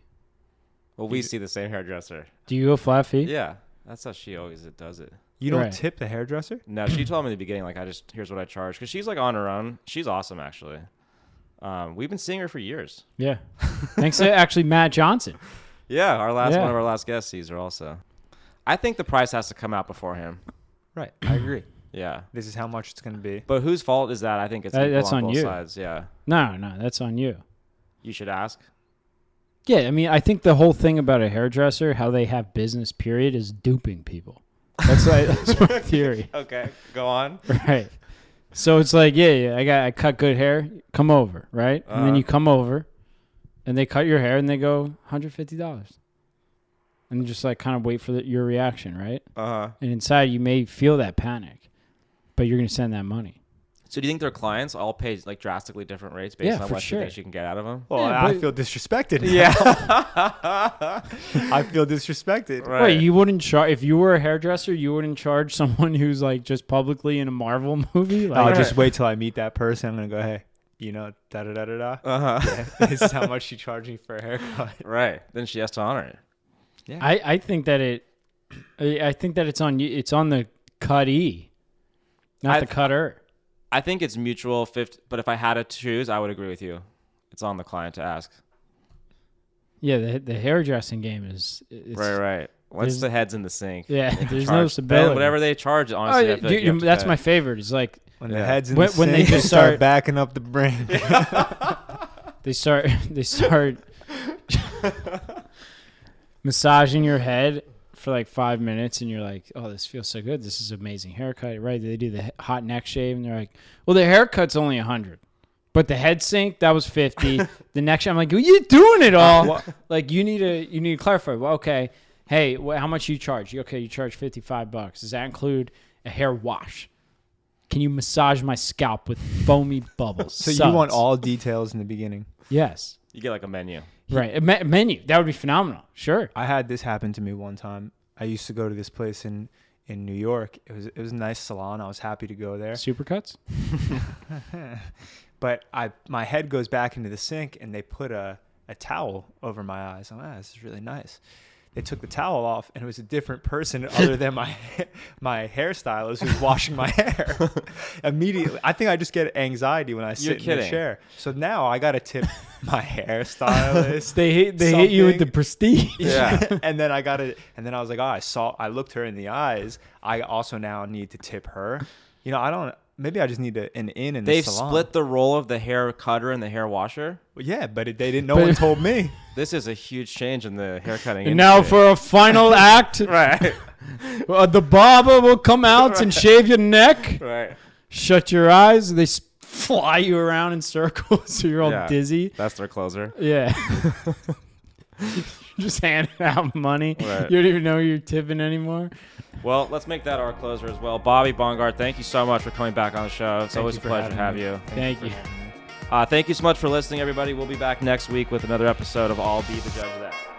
[SPEAKER 1] Well, we see the same hairdresser.
[SPEAKER 2] Do you go flat fee?
[SPEAKER 1] Yeah. That's how she always does it.
[SPEAKER 3] You don't
[SPEAKER 2] Right.
[SPEAKER 3] tip the hairdresser?
[SPEAKER 1] No, she told me in the beginning, like, I just, here's what I charge. Cause she's like on her own. She's awesome, actually. Um, we've been seeing her for years.
[SPEAKER 2] Yeah. Thanks to actually Matt Johnson.
[SPEAKER 1] Yeah. Our last,
[SPEAKER 2] Yeah.
[SPEAKER 1] one of our last guests sees her also. I think the price has to come out before him.
[SPEAKER 3] Right. I agree.
[SPEAKER 1] Yeah.
[SPEAKER 3] This is how much it's going to be.
[SPEAKER 1] But whose fault is that? I think it's
[SPEAKER 2] That-
[SPEAKER 1] equal
[SPEAKER 2] that's
[SPEAKER 1] on,
[SPEAKER 2] on
[SPEAKER 1] both
[SPEAKER 2] you.
[SPEAKER 1] sides. Yeah.
[SPEAKER 2] No, no, that's on you.
[SPEAKER 1] You should ask.
[SPEAKER 2] Yeah, I mean, I think the whole thing about a hairdresser, how they have business period, is duping people. That's, like, [laughs] that's my theory,
[SPEAKER 1] Okay. Go [laughs] on.
[SPEAKER 2] right? So it's like, yeah, yeah, I got, I cut good hair. Come over, right? And then
[SPEAKER 1] Uh-huh.
[SPEAKER 2] you come over, and they cut your hair, and they go, one hundred fifty dollars, and you just like kind of wait for the, your reaction, right?
[SPEAKER 1] Uh huh.
[SPEAKER 2] And inside, you may feel that panic, but you're gonna send that money.
[SPEAKER 1] So do you think their clients all pay like drastically different rates based
[SPEAKER 2] Yeah,
[SPEAKER 1] on what
[SPEAKER 2] for
[SPEAKER 1] she thinks
[SPEAKER 2] sure.
[SPEAKER 1] she can get out of them?
[SPEAKER 3] Well,
[SPEAKER 2] Yeah,
[SPEAKER 3] I
[SPEAKER 2] but-
[SPEAKER 3] feel disrespected. now.
[SPEAKER 1] [laughs] Yeah.
[SPEAKER 3] [laughs] I feel disrespected.
[SPEAKER 1] right.
[SPEAKER 2] Wait, you wouldn't charge if you were a hairdresser, you wouldn't charge [laughs] someone who's like just publicly in a Marvel [laughs] movie,
[SPEAKER 3] I'll
[SPEAKER 2] like
[SPEAKER 3] just wait till I meet that person. I'm going to go, hey, you know, da da da da da. [laughs]
[SPEAKER 1] uh huh.
[SPEAKER 3] this is how much she charged me for a haircut.
[SPEAKER 1] [laughs] Right. Then she has to honor it.
[SPEAKER 2] I, I think that it, I I think that it's on you. It's on the cuttee, not the er.
[SPEAKER 1] I've-
[SPEAKER 2] cutter.
[SPEAKER 1] I think it's mutual. Fifty. But if I had to choose, I would agree with you. It's on the client to ask.
[SPEAKER 2] Yeah, the the hairdressing game is it's,
[SPEAKER 1] right. Right. Once
[SPEAKER 2] there's-
[SPEAKER 1] the head's in the sink.
[SPEAKER 2] Yeah, there's no
[SPEAKER 1] charge-
[SPEAKER 2] stability.
[SPEAKER 1] Then whatever they charge,
[SPEAKER 2] Oh,
[SPEAKER 1] honestly,
[SPEAKER 2] yeah,
[SPEAKER 1] I feel
[SPEAKER 2] dude,
[SPEAKER 1] like you have to
[SPEAKER 2] that's
[SPEAKER 1] pay.
[SPEAKER 2] my favorite. Is like
[SPEAKER 3] When
[SPEAKER 1] Yeah.
[SPEAKER 3] the head's in
[SPEAKER 2] When-
[SPEAKER 3] the
[SPEAKER 2] when they
[SPEAKER 3] sink,
[SPEAKER 2] just
[SPEAKER 3] start,
[SPEAKER 2] start-
[SPEAKER 3] backing up the brain.
[SPEAKER 2] they start [laughs] they start massaging your head for like five minutes and you're like oh this feels so good this is amazing haircut right they do the he- hot neck shave and they're like well the haircut's only 100 but the head sink that was 50 the neck shave, i'm like well, you're doing it all like you need to you need to clarify well okay hey wh- how much you charge You- okay you charge 55 bucks does that include a hair wash can you massage my scalp with foamy bubbles
[SPEAKER 3] [laughs] so you want
[SPEAKER 2] Suds.
[SPEAKER 3] all details in the beginning.
[SPEAKER 2] yes
[SPEAKER 1] You get like a menu.
[SPEAKER 2] Right. A me- menu. That would be phenomenal. Sure.
[SPEAKER 3] I had this happen to me one time. I used to go to this place in in New York. It was it was a nice salon. I was happy to go there.
[SPEAKER 2] Supercuts?
[SPEAKER 3] But I my head goes back into the sink and they put a, a towel over my eyes. I'm like, ah, this is really nice. They took the towel off and it was a different person other than my my hairstylist who's washing my hair. Immediately, I think I just get anxiety when I sit in the
[SPEAKER 1] kidding.
[SPEAKER 3] chair. So now I got to tip my hairstylist.
[SPEAKER 2] They hit they hit you with the
[SPEAKER 3] Something.
[SPEAKER 2] prestige. [laughs]
[SPEAKER 1] Yeah.
[SPEAKER 3] [laughs] and then I got it. And then I was like, oh, I saw, I looked her in the eyes. I also now need to tip her. You know, I don't, maybe I just need a, an in in the
[SPEAKER 1] They've
[SPEAKER 3] salon.
[SPEAKER 1] split the role of the hair cutter and the hair washer.
[SPEAKER 3] Well, yeah, but it, they didn't, no
[SPEAKER 2] But-
[SPEAKER 3] one told me.
[SPEAKER 1] This is a huge change in the haircutting.
[SPEAKER 3] [laughs]
[SPEAKER 2] And now
[SPEAKER 1] industry.
[SPEAKER 2] for a final [laughs]
[SPEAKER 1] [laughs]
[SPEAKER 2] act,
[SPEAKER 1] right,
[SPEAKER 2] uh, the barber will come out [laughs] and shave your neck,
[SPEAKER 3] [laughs]
[SPEAKER 1] right.
[SPEAKER 2] shut your eyes, they s- fly you around in circles [laughs] so you're all
[SPEAKER 1] Yeah.
[SPEAKER 2] dizzy.
[SPEAKER 1] That's their closer.
[SPEAKER 2] Yeah. [laughs] Just handing out money.
[SPEAKER 1] Right.
[SPEAKER 2] You don't even know you're tipping anymore.
[SPEAKER 1] Well, let's make that our closer as well. Bobby Bongard, thank you so much for coming back on the show. It's
[SPEAKER 3] Thank
[SPEAKER 1] always
[SPEAKER 3] you
[SPEAKER 1] a
[SPEAKER 3] for
[SPEAKER 1] pleasure to have
[SPEAKER 3] having
[SPEAKER 1] you.
[SPEAKER 3] me.
[SPEAKER 2] Thank you.
[SPEAKER 1] Uh, thank you so much for listening, everybody. We'll be back next week with another episode of All Be the Judge of That.